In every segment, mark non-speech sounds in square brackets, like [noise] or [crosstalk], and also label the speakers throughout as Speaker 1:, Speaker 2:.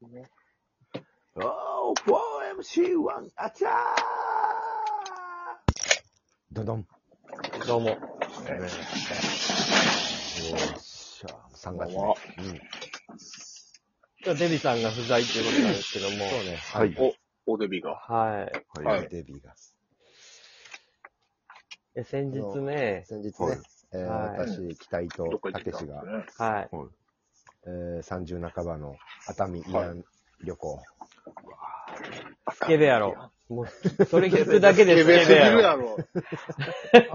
Speaker 1: ね。
Speaker 2: おー、4MC1、あちゃ
Speaker 3: どどん。よ
Speaker 1: どうも。
Speaker 3: っしゃ。3月
Speaker 1: こ
Speaker 3: 目。うん。
Speaker 1: 今日デビさんが不在ということなんですけど
Speaker 3: そ
Speaker 1: も。
Speaker 3: うね。
Speaker 2: ーはい。お、おデビが。
Speaker 1: はい。
Speaker 3: はい。
Speaker 2: はい
Speaker 3: デビーが。
Speaker 1: え先日ね、
Speaker 3: 先日ね、
Speaker 2: はい
Speaker 3: えー
Speaker 1: はい
Speaker 3: 私、北井
Speaker 2: どっ
Speaker 3: と
Speaker 2: か行
Speaker 3: た
Speaker 2: って
Speaker 3: け
Speaker 2: き
Speaker 3: し
Speaker 2: たんで
Speaker 3: が
Speaker 2: す、ね。
Speaker 1: はい。
Speaker 3: えー、30半ばの熱海慰安旅行。
Speaker 1: スケベやろ。もう、それ聞くだけでスケ
Speaker 2: すぎ
Speaker 1: ベや
Speaker 2: るや
Speaker 1: ろ。
Speaker 2: [laughs] ろ。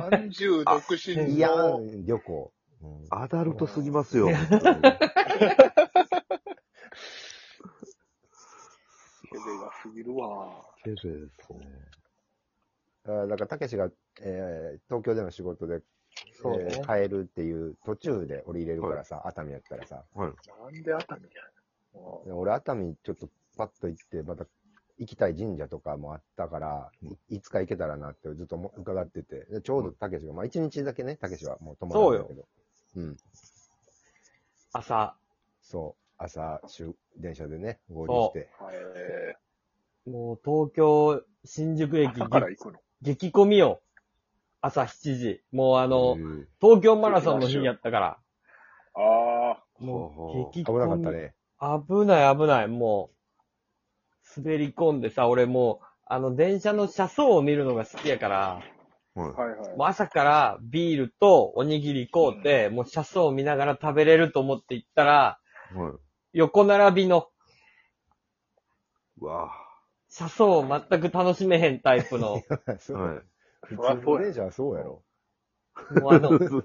Speaker 2: 三十独身
Speaker 3: 慰
Speaker 2: の。
Speaker 3: 安旅行。うん
Speaker 4: アダルトすぎますよ。
Speaker 2: スケベがすぎるわ。
Speaker 4: けどですね。
Speaker 3: あーだから、たけしが、えー、東京での仕事で、
Speaker 1: そう
Speaker 3: え
Speaker 1: ね。
Speaker 3: ー帰るっていう途中で降りれるからさ、熱海やったらさ。
Speaker 4: はい。
Speaker 2: なんで熱海やねんも
Speaker 3: で俺、熱海ちょっとパッと行って、また行きたい神社とかもあったから、いいつか行けたらなってずっとも伺ってて、でちょうどたけしが、まあ一日だけね、たけしはもう泊まらないんだけど。うん。
Speaker 1: 朝、
Speaker 3: そう。朝、終電車でね、合流して。
Speaker 2: うはいえ
Speaker 1: もう東京、新宿
Speaker 2: ー
Speaker 1: 駅
Speaker 2: 朝から行くの。
Speaker 1: 激混みよ。朝7時。もうあの
Speaker 4: う、ん
Speaker 1: 東京マラソンの日やったから。
Speaker 2: あ
Speaker 1: もう激
Speaker 3: 危
Speaker 1: 混み。
Speaker 3: なかったね。
Speaker 1: 危ない危ない、もう。滑り込んでさ、俺もう、あの、電車の車窓を見るのが好きやから、
Speaker 4: はい
Speaker 2: あ。。はいはい。
Speaker 1: もう朝からビールとおにぎり買うて、もう車窓を見ながら食べれると思って行ったら、
Speaker 4: はい。
Speaker 1: 横並びの
Speaker 4: うわ
Speaker 1: 車窓を全く楽しめへんタイプの、
Speaker 3: そ
Speaker 4: ぁ。
Speaker 3: う。
Speaker 4: はい。
Speaker 3: 普
Speaker 2: そり
Speaker 3: 通の
Speaker 2: ゃそうや
Speaker 3: 電車はそうやろ。
Speaker 1: もうあの、
Speaker 3: 首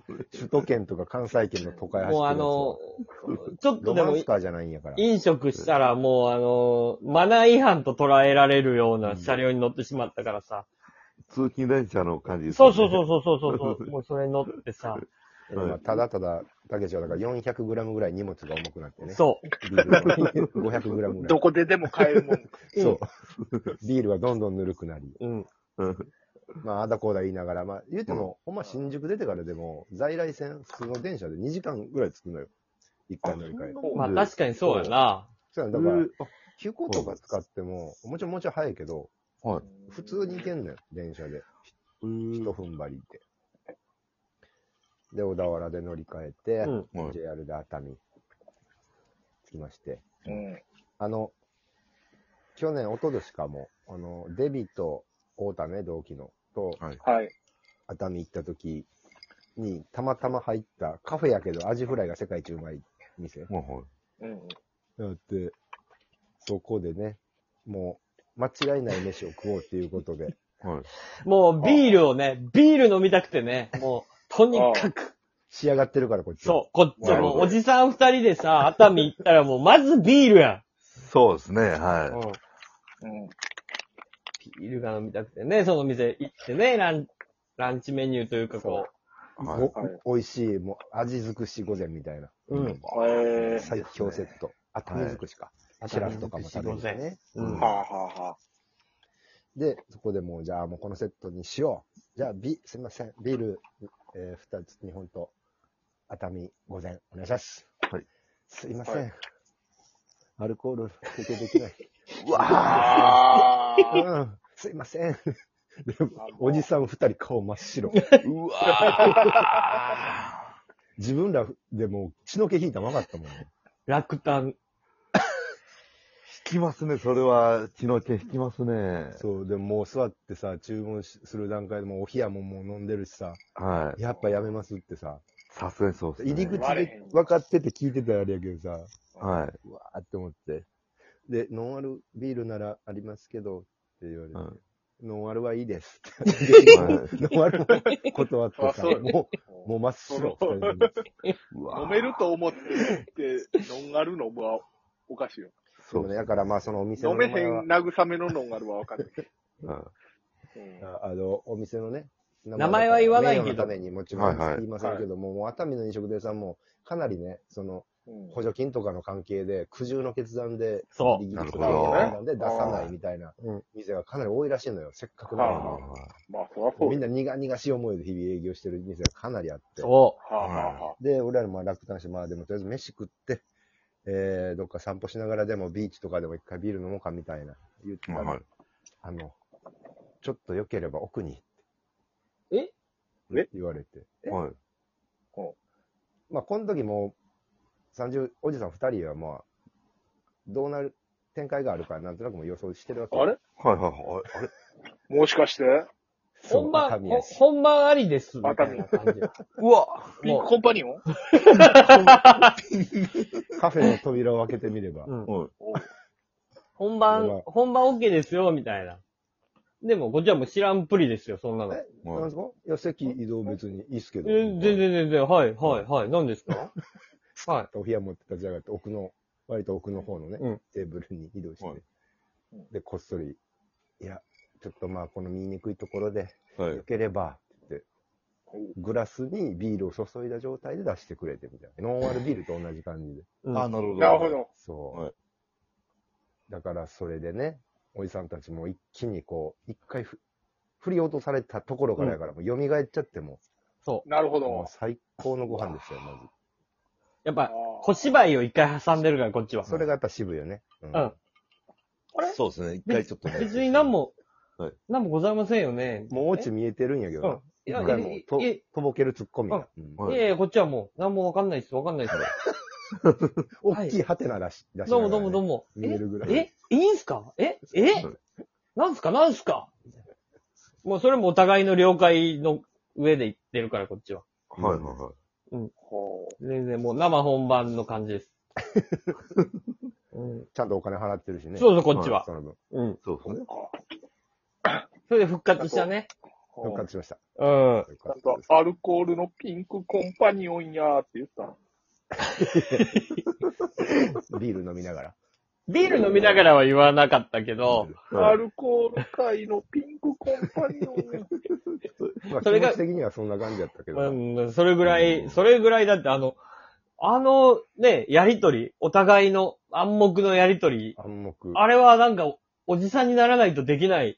Speaker 3: 都圏とか関西圏の都会走ってるやつ
Speaker 1: もうあの、ちょっと
Speaker 3: ロ
Speaker 1: で
Speaker 3: マ
Speaker 1: も
Speaker 3: ンスカーじゃないんやから。
Speaker 1: 飲食したらもうあの、マナー違反と捉えられるような車両に乗ってしまったからさ、
Speaker 4: 通勤電車の感じです、
Speaker 1: そうそうそうそうそうそう、もうそれに乗ってさ、
Speaker 3: でまあただただ、たけしはだから400グラムぐらい荷物が重くなってね。
Speaker 1: そう。
Speaker 3: ビールが500グラムぐら
Speaker 2: ど
Speaker 3: い。
Speaker 2: こででも買えるもん。
Speaker 3: そう。ビールがどんどんぬるくなり。
Speaker 1: うん。
Speaker 4: うん。
Speaker 3: まあ、あだこうだ言いながら、まあ、言うても、ほんま新宿出てからでも、在来線、普通の電車で2時間ぐらい着くのよ。一回乗り換え。
Speaker 1: まあ
Speaker 4: で
Speaker 1: 確かにそうやな。
Speaker 3: そうやんだ
Speaker 4: う
Speaker 3: から
Speaker 4: ん、
Speaker 3: 急行とか使っても、もちろんもうちょい早いけど、
Speaker 4: はい。
Speaker 3: 普通に行けんのよ、電車で。
Speaker 4: う
Speaker 3: 一
Speaker 4: ん。
Speaker 3: 踏ん張りで。で、小田原で乗り換えて、
Speaker 1: うん。
Speaker 4: はい。
Speaker 3: JR で熱海、着きまして。
Speaker 2: うん。
Speaker 3: あの、去年、一昨年かも、あの、デビと太田ね、同期の、と、
Speaker 4: はい。
Speaker 2: はい。
Speaker 3: 熱海行った時に、たまたま入ったカフェやけど、アジフライが世界一うまい店。
Speaker 4: もうはい。
Speaker 2: うん。
Speaker 3: だって、そこでね、もう、間違いない飯を食おうっていうことで、 [laughs]
Speaker 4: はい。
Speaker 1: もうビールをね、ビール飲みたくてね、もう、とにかく、
Speaker 3: 仕上がってるから、こっちは。
Speaker 1: そう、こっちは
Speaker 4: なる
Speaker 1: も
Speaker 4: ほ
Speaker 1: う、
Speaker 4: ど
Speaker 1: おじさん二人で [laughs] さ、熱海行ったらもう、まずビールや
Speaker 4: そうですね。
Speaker 1: ん。
Speaker 4: は
Speaker 1: うん。
Speaker 2: うん。
Speaker 1: ビールが飲みたくてね、その店行ってね、ラン、ランチメニューというかこ
Speaker 4: い。はい。
Speaker 3: ご美味しい、もう、味尽くし御膳みたいな。
Speaker 1: う、うん。
Speaker 2: えー。
Speaker 3: 最強セット。熱海尽くしか。シラフとかも食べるし
Speaker 1: 熱海尽
Speaker 3: ね。
Speaker 4: うん
Speaker 2: はあはあはあ。
Speaker 3: で、そこでもう、じゃあもうこのセットにしよう。じゃあ、ビ、すみません。ビール、えー、2つ、日本と、熱海、午前、お願いします。
Speaker 4: はい。
Speaker 3: すいません。
Speaker 2: は
Speaker 3: アルコール、提供できない。
Speaker 4: うわ
Speaker 2: ああ。
Speaker 3: うん、すいません。でおじさん2人顔真っ白。
Speaker 4: ぁ。うわ
Speaker 3: 自分らでもう血の気引いたままかったもんね。
Speaker 1: 落胆。
Speaker 4: ぁ。引きますね。それは、血の毛引きますね。
Speaker 3: そう、でももう座ってさ、注文しする段階でもうお冷やももう飲んでるしさ、
Speaker 4: はい。
Speaker 3: やっぱやめますってさ、
Speaker 4: さすがにそうですね。
Speaker 3: 入り口
Speaker 2: 割れへ
Speaker 3: で
Speaker 2: ん
Speaker 3: 分かってて聞いてたらあれやけどさ、
Speaker 4: はい。
Speaker 3: うわーって思って。で、ノンアルビールならありますけど、って言われて、
Speaker 4: うん
Speaker 3: ノンアルはいいです
Speaker 4: は
Speaker 3: って。 [laughs] ノンアルも断って
Speaker 2: あ
Speaker 3: さ、
Speaker 2: そう
Speaker 3: もう、もう真っ白。
Speaker 2: そ
Speaker 3: 二人で
Speaker 4: うわぁ
Speaker 2: 飲めると思って、ノンアル飲むはおかしいよ。
Speaker 3: そ
Speaker 4: そうう
Speaker 3: ね。
Speaker 4: ね。
Speaker 3: だからまあ、そのお店の
Speaker 2: 飲め
Speaker 3: 名
Speaker 2: へ
Speaker 3: 前は
Speaker 2: ん、慰めのノンアルはわかんない。
Speaker 4: うん
Speaker 2: うん
Speaker 3: ああの、お店のね、
Speaker 1: 名前は言わないけど
Speaker 3: 名誉のためにもちろん
Speaker 4: はいはい
Speaker 3: 言いませんけども、もう熱海の飲食店さんも、かなりね、その、
Speaker 2: うん
Speaker 3: 補助金とかの関係で、苦渋の決断で、
Speaker 1: そ
Speaker 3: ギリギ
Speaker 4: なる
Speaker 3: リと
Speaker 4: ほ
Speaker 3: か
Speaker 4: ど
Speaker 3: の判断で出さないみたいな
Speaker 1: うん
Speaker 3: 店がかなり多いらしいのよ、せっかく
Speaker 2: は
Speaker 3: な
Speaker 2: あ
Speaker 3: の
Speaker 2: は
Speaker 3: に。
Speaker 2: まあ、そらそう
Speaker 3: みん
Speaker 2: よ。
Speaker 3: な苦々しい思いで日々営業してる店がかなりあっ
Speaker 1: う。
Speaker 3: て。
Speaker 1: そ
Speaker 2: はあはあはあ。
Speaker 3: で、俺らもまあ落胆して、まあでもとりあえず飯食って、えー、どっか散歩しながらでもビーチとかでも一回ビール飲もうかみたいな言ってたら、
Speaker 4: はい。
Speaker 3: あの、ちょっと良ければ奥に。
Speaker 1: え
Speaker 2: え
Speaker 3: 言われて。え
Speaker 4: はい。
Speaker 3: まあ、この時もう、30、おじさん2人はまあ、どうなる展開があるかなんとなくもう予想してるわけ。
Speaker 2: あれ
Speaker 4: はいはいはい。あれ
Speaker 2: もしかして
Speaker 3: そう
Speaker 1: 本
Speaker 3: 赤
Speaker 1: 番、
Speaker 3: 宮
Speaker 1: ほ
Speaker 3: 氏
Speaker 1: 本番ありです、みたいな [laughs] 感じ。
Speaker 4: うわ
Speaker 2: ピンク
Speaker 1: も
Speaker 2: コンパニオン
Speaker 3: カフェの扉を開けてみれば
Speaker 1: う、う。ん
Speaker 4: はい。
Speaker 1: 本
Speaker 3: まあ
Speaker 1: 番、本番 OK ですよ、みたいな。でも、こっちはもう知らんぷりですよ、そんなの。
Speaker 3: え
Speaker 1: え
Speaker 3: なんですかいや、席移動別にいいっすけど。
Speaker 1: 全然全然、はい、はい、はい。何ですか [laughs] は
Speaker 3: お部屋持って立ち上がって、奥の、割と奥の方のね、
Speaker 1: うん
Speaker 3: テーブルに移動して、
Speaker 4: はい
Speaker 3: で、こっそり、いや、ちょっとまあ、この見にくいところで、
Speaker 4: はい
Speaker 3: よ。ければ、って言って、グラスにビールを注いだ状態で出してくれてみたいな。ノンアルビールと同じ感
Speaker 1: [laughs]
Speaker 3: じで。
Speaker 1: い。うん
Speaker 4: あ、なるほど。
Speaker 2: なるほ。ど。
Speaker 3: そう。
Speaker 4: はい
Speaker 3: だから、それでね、おじさんたちも一気にこう、一回ふ振り落とされたところからやから、もう蘇っちゃっても
Speaker 1: そう。
Speaker 2: なるほ
Speaker 3: う、もう
Speaker 2: ど。
Speaker 3: 最高のご飯でしたよ、まず。
Speaker 1: やっ
Speaker 2: あ
Speaker 1: ぱ、小
Speaker 2: ー
Speaker 1: 芝居を一回挟んでるから、こっちは。
Speaker 3: それがやっぱ渋いよね。うん
Speaker 1: うんあれ
Speaker 4: そうですね。一回ちょっとね。
Speaker 1: 別に何。も
Speaker 4: はい、
Speaker 1: 何もございませんよね。
Speaker 3: もうオチ見えてるんやけど
Speaker 1: うん
Speaker 3: な。。一
Speaker 1: いや、い
Speaker 3: 回
Speaker 1: や
Speaker 3: もう
Speaker 1: い
Speaker 3: と
Speaker 1: やい
Speaker 3: とぼけるツッコミが。うん
Speaker 4: はい
Speaker 1: やいや、こっちはもう、何もわかんないっす、わかんないっす。
Speaker 3: 大きいハテナ出し、出しな
Speaker 1: どう
Speaker 3: がら
Speaker 1: も
Speaker 3: ね
Speaker 1: どうもどうも。
Speaker 3: 見え
Speaker 1: え
Speaker 3: るぐらい。
Speaker 1: えいいんすかえ
Speaker 4: は
Speaker 1: え
Speaker 4: い
Speaker 1: なんすかなんすかみたいなもうそれもお互いの了解の上で言ってるから、こっちは。
Speaker 4: はいは
Speaker 2: ほう
Speaker 1: 全然もう生本番の感じです。うん
Speaker 3: ちゃんとお金払ってるしね。
Speaker 1: そうそう、こっちは
Speaker 3: そ。の分。
Speaker 1: うん。
Speaker 4: い。そうですね。
Speaker 1: それで復活したね。
Speaker 2: ほ
Speaker 3: 復
Speaker 2: う
Speaker 3: 活しました。
Speaker 1: うん。
Speaker 3: 復
Speaker 2: ちゃ
Speaker 3: 活
Speaker 2: んとアルコールのピンクコンパニオンやーって言ったの。
Speaker 3: ビール飲みながら。
Speaker 1: ビール飲みながらは言わなかったけど、
Speaker 2: ア
Speaker 4: はい
Speaker 2: ルコール界のピンクコンパニオ [laughs] ンや。
Speaker 3: まあ、気
Speaker 1: それが
Speaker 3: 持ち的にはそんな感じやったけどな。
Speaker 1: うん、それぐら
Speaker 4: う
Speaker 1: い、
Speaker 4: ん
Speaker 1: それぐらいだってあの、あのね、やりとり、お互いの暗黙のやりとり、
Speaker 3: 暗黙。
Speaker 1: あれはなんかお、おじさんにならないとできない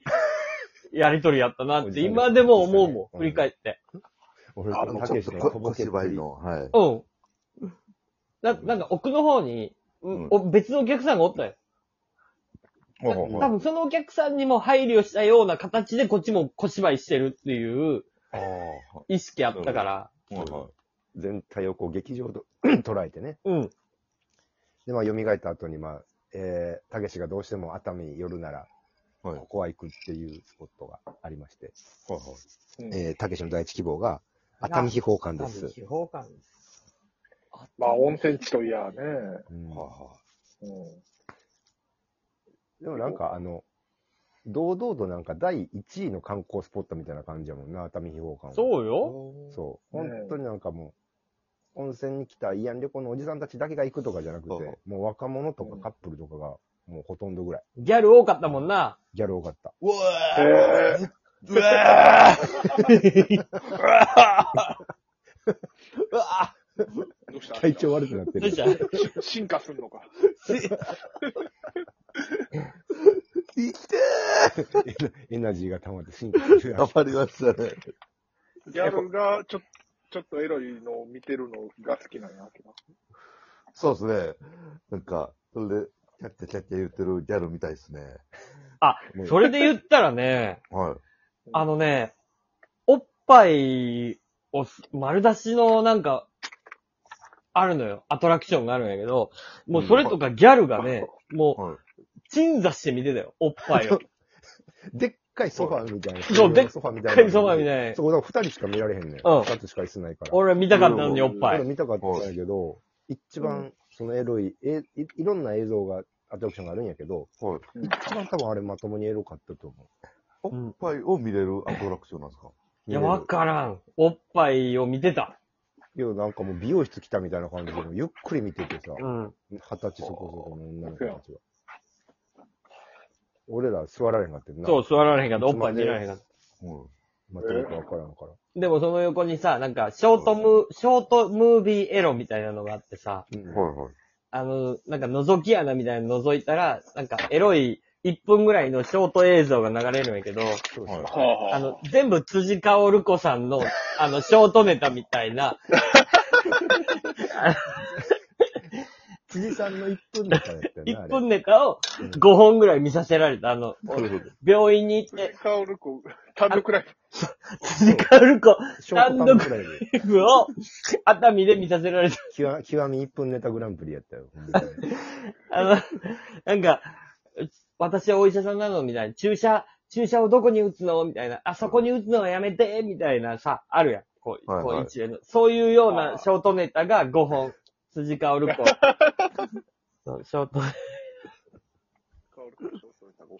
Speaker 1: やりとりやったなっ
Speaker 3: お
Speaker 1: て、
Speaker 3: じさん
Speaker 1: 今でも思う
Speaker 3: おじ
Speaker 1: も
Speaker 3: さん
Speaker 1: ん、振り返って。
Speaker 3: 俺
Speaker 2: あ
Speaker 3: と
Speaker 2: の
Speaker 3: た
Speaker 4: ちょ
Speaker 3: け
Speaker 4: っ
Speaker 3: し
Speaker 4: と
Speaker 3: のと
Speaker 4: 小
Speaker 3: ぼけっぷ
Speaker 4: 芝居
Speaker 3: り。
Speaker 4: の、はい。
Speaker 1: うん。な、なんか奥の方に、
Speaker 4: うん
Speaker 1: お別のお客さんがおったよ。
Speaker 4: ほうほうほう
Speaker 1: 多分そのお客さんにも配慮したような形でこっちも小芝居してるっていう
Speaker 3: ああ
Speaker 1: 意識あったから。
Speaker 4: はいはい
Speaker 3: 全体をこう劇場と [clears throat] 捉えてね。
Speaker 1: うん。
Speaker 3: で、まあ、蘇った後に、まあ、えー、たけしがどうしても熱海寄るなら、
Speaker 4: はい
Speaker 3: ここは行くっていうスポットがありまして、
Speaker 4: はいはい。
Speaker 3: えー、たけしの第一希望が、熱海秘宝館です。
Speaker 1: 秘宝館です。
Speaker 2: まあ、温泉地といやね。
Speaker 3: うん
Speaker 4: はいは
Speaker 2: うん
Speaker 3: でもなんかあの、堂々となんか第1位の観光スポットみたいな感じやもんな、熱海秘宝館は。
Speaker 1: そう
Speaker 4: い。
Speaker 1: よ。
Speaker 3: そう。
Speaker 2: ね
Speaker 3: 本
Speaker 2: え
Speaker 3: 当になんかもう、温泉に来た慰安旅行のおじさんたちだけが行くとかじゃなくて、
Speaker 4: そう
Speaker 3: もう若者と
Speaker 2: う
Speaker 3: か
Speaker 2: ん
Speaker 3: カップルとかが、もうほとんどぐらい、
Speaker 1: ギャル多かったもんな。
Speaker 3: ギャル多かった。
Speaker 4: うわ
Speaker 2: へ
Speaker 4: ーうわー
Speaker 1: うわ
Speaker 2: どうした
Speaker 3: 体調悪くなって
Speaker 1: ど
Speaker 3: る
Speaker 1: うし。た
Speaker 2: 進化すんのか。
Speaker 4: 生きて
Speaker 3: エナジーが溜まって進化してる
Speaker 4: ー頑張りましたね。
Speaker 2: ギャルがちょちょっとエロいのを見てるのが好きなんやけど。
Speaker 4: そうですね。なんか、それで、キャッキャキャッキャ言ってるギャルみたいですね。
Speaker 1: あ、
Speaker 4: もう
Speaker 1: それで言ったらね、
Speaker 4: はい。
Speaker 1: あのね、おっぱいをす丸出しのなんか、あるのよ。アトラクションがあるんやけど、もうそれとかギャルがね、も
Speaker 4: は
Speaker 1: う、鎮座して見てたよ。おっぱ [laughs] いを。
Speaker 3: でっかいソファーみたいな。
Speaker 1: そうでっかい
Speaker 3: ソファーみ
Speaker 1: 神様み
Speaker 3: い
Speaker 1: たい
Speaker 3: そ。こだから2人しか見られへんねん。
Speaker 1: うん
Speaker 3: 2つしか椅子ないから。
Speaker 1: 俺見たかったのにおっぱ
Speaker 3: 俺
Speaker 1: い。
Speaker 3: 見たかったんやけど、一番そのエロい、えい、いろんな映像が、アトラクションがあるんやけど、
Speaker 4: い。はい。
Speaker 3: 一番多分あれまともにエロかったと思う。
Speaker 1: うん
Speaker 4: いっぱいを見れるアトラクションなんですか
Speaker 1: いや、わからん。おっぱいを見てた。
Speaker 3: けどなんかもう美容室来たみたいな感じで、ゆっくり見ててさ、
Speaker 1: うん。
Speaker 3: 二十歳そこそこの女の子たちは。俺ら座られへんかってんな。
Speaker 1: そう、座られへんかった。おっぱい見られへんかった。
Speaker 4: は
Speaker 3: またよくわからんから。
Speaker 1: でもその横にさ、なんか、ショートムー、ショートムービーエロみたいなのがあってさ、
Speaker 3: うん
Speaker 4: い。は
Speaker 1: あの、なんか覗き穴みたいなの覗いたら、なんかエロい1分ぐらいのショート映像が流れるんやけど、
Speaker 3: そう
Speaker 4: い。はい。
Speaker 2: はあ、は
Speaker 1: あの、全部辻薫子さんの、
Speaker 3: [laughs]
Speaker 1: あの、ショートネタみたいな、
Speaker 3: 辻さんの1分ネタやったよね、あ
Speaker 1: 1
Speaker 3: れ。
Speaker 1: 分ネタを
Speaker 3: うん
Speaker 1: 5本ぐらい見させられた。あの、
Speaker 4: そうそうそう
Speaker 1: 病院に行って
Speaker 2: 辻、薫子、単独ライ
Speaker 1: 辻カルコ
Speaker 3: ショートカップライブ。[laughs]
Speaker 1: F を熱海で見させられた。
Speaker 3: 極極み1分ネタグランプリやったよ。ほんまに
Speaker 1: あの、なんか、私はお医者さんなのみたいな、注射、注射をどこに打つのみたいな、あそこに打つのはやめてみたいなさ、あるやん。こう、
Speaker 4: はいはい
Speaker 1: こう一連の。そういうようなショートネタが5本。辻かおる子。そう、ショート。
Speaker 2: ブ。薫子翔さんの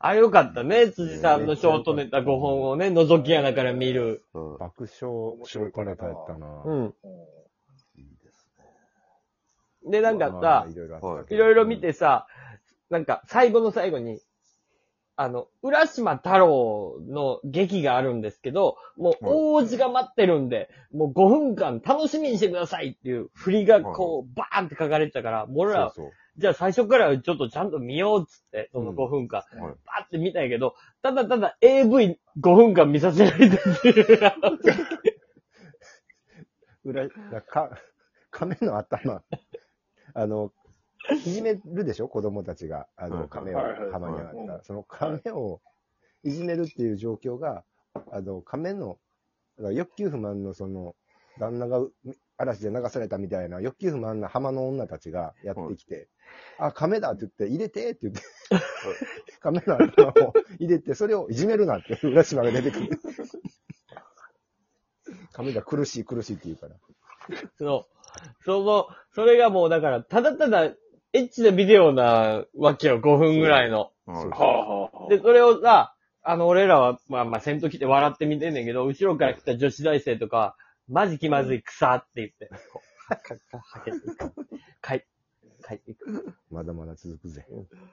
Speaker 1: あ、よかったね。辻さんのショートネタ5本をね、覗き穴から見る。
Speaker 4: うん
Speaker 3: 爆笑、ショートネタやったな。
Speaker 1: うん。
Speaker 4: いいですね。
Speaker 1: で、なんか
Speaker 3: まあまあ
Speaker 1: さ
Speaker 3: い、ろいろあったけ
Speaker 1: い
Speaker 3: ど
Speaker 1: ろいろ見てさ、なんか最後の最後に、あの、浦島太郎の劇があるんですけど、もう
Speaker 4: はい
Speaker 1: 王子が待ってるんで、もう5分間楽しみにしてくださいっていう振りがこう、バーンって書かれてたから、もう俺ら、
Speaker 4: そう
Speaker 1: じゃあ最初からちょっとちゃんと見ようっつって、その5分間、
Speaker 4: そう。はい。
Speaker 1: バーって見たんやけど、ただただ AV5 分間見させられたって
Speaker 4: [laughs]
Speaker 1: いう。
Speaker 3: 裏、だか、亀の頭。
Speaker 4: [laughs]
Speaker 3: あの、いじめるでしょ子供たちが。あ
Speaker 4: はいは
Speaker 3: の、
Speaker 4: い
Speaker 3: 亀を
Speaker 2: はいはい
Speaker 3: 浜にあ
Speaker 2: うん
Speaker 3: った。その亀をいじめるっていう状況が、あの、亀の、だから欲求不満のその、旦那がう嵐で流されたみたいな欲求不満な浜の女たちがやってきて、あ、亀だって言って、入れてって
Speaker 4: [laughs]
Speaker 3: 言って、亀の頭を入れて、それをいじめるなって、浦島が出てくる。亀が苦しい苦しいって言うから。
Speaker 1: そう。その、それがもうだから、ただただ、エッチなビデオなわけよ、5分ぐらいの。
Speaker 4: はい
Speaker 2: はあはあはあ
Speaker 1: で、それをさ、あの、俺らは、まあまあ、先頭来て笑って見てんねんけど、後ろから来た女子大生とか、マジ気まずい草って言って、こう、はか、はけていく。かい、かいていく。
Speaker 3: まだまだ続くぜ。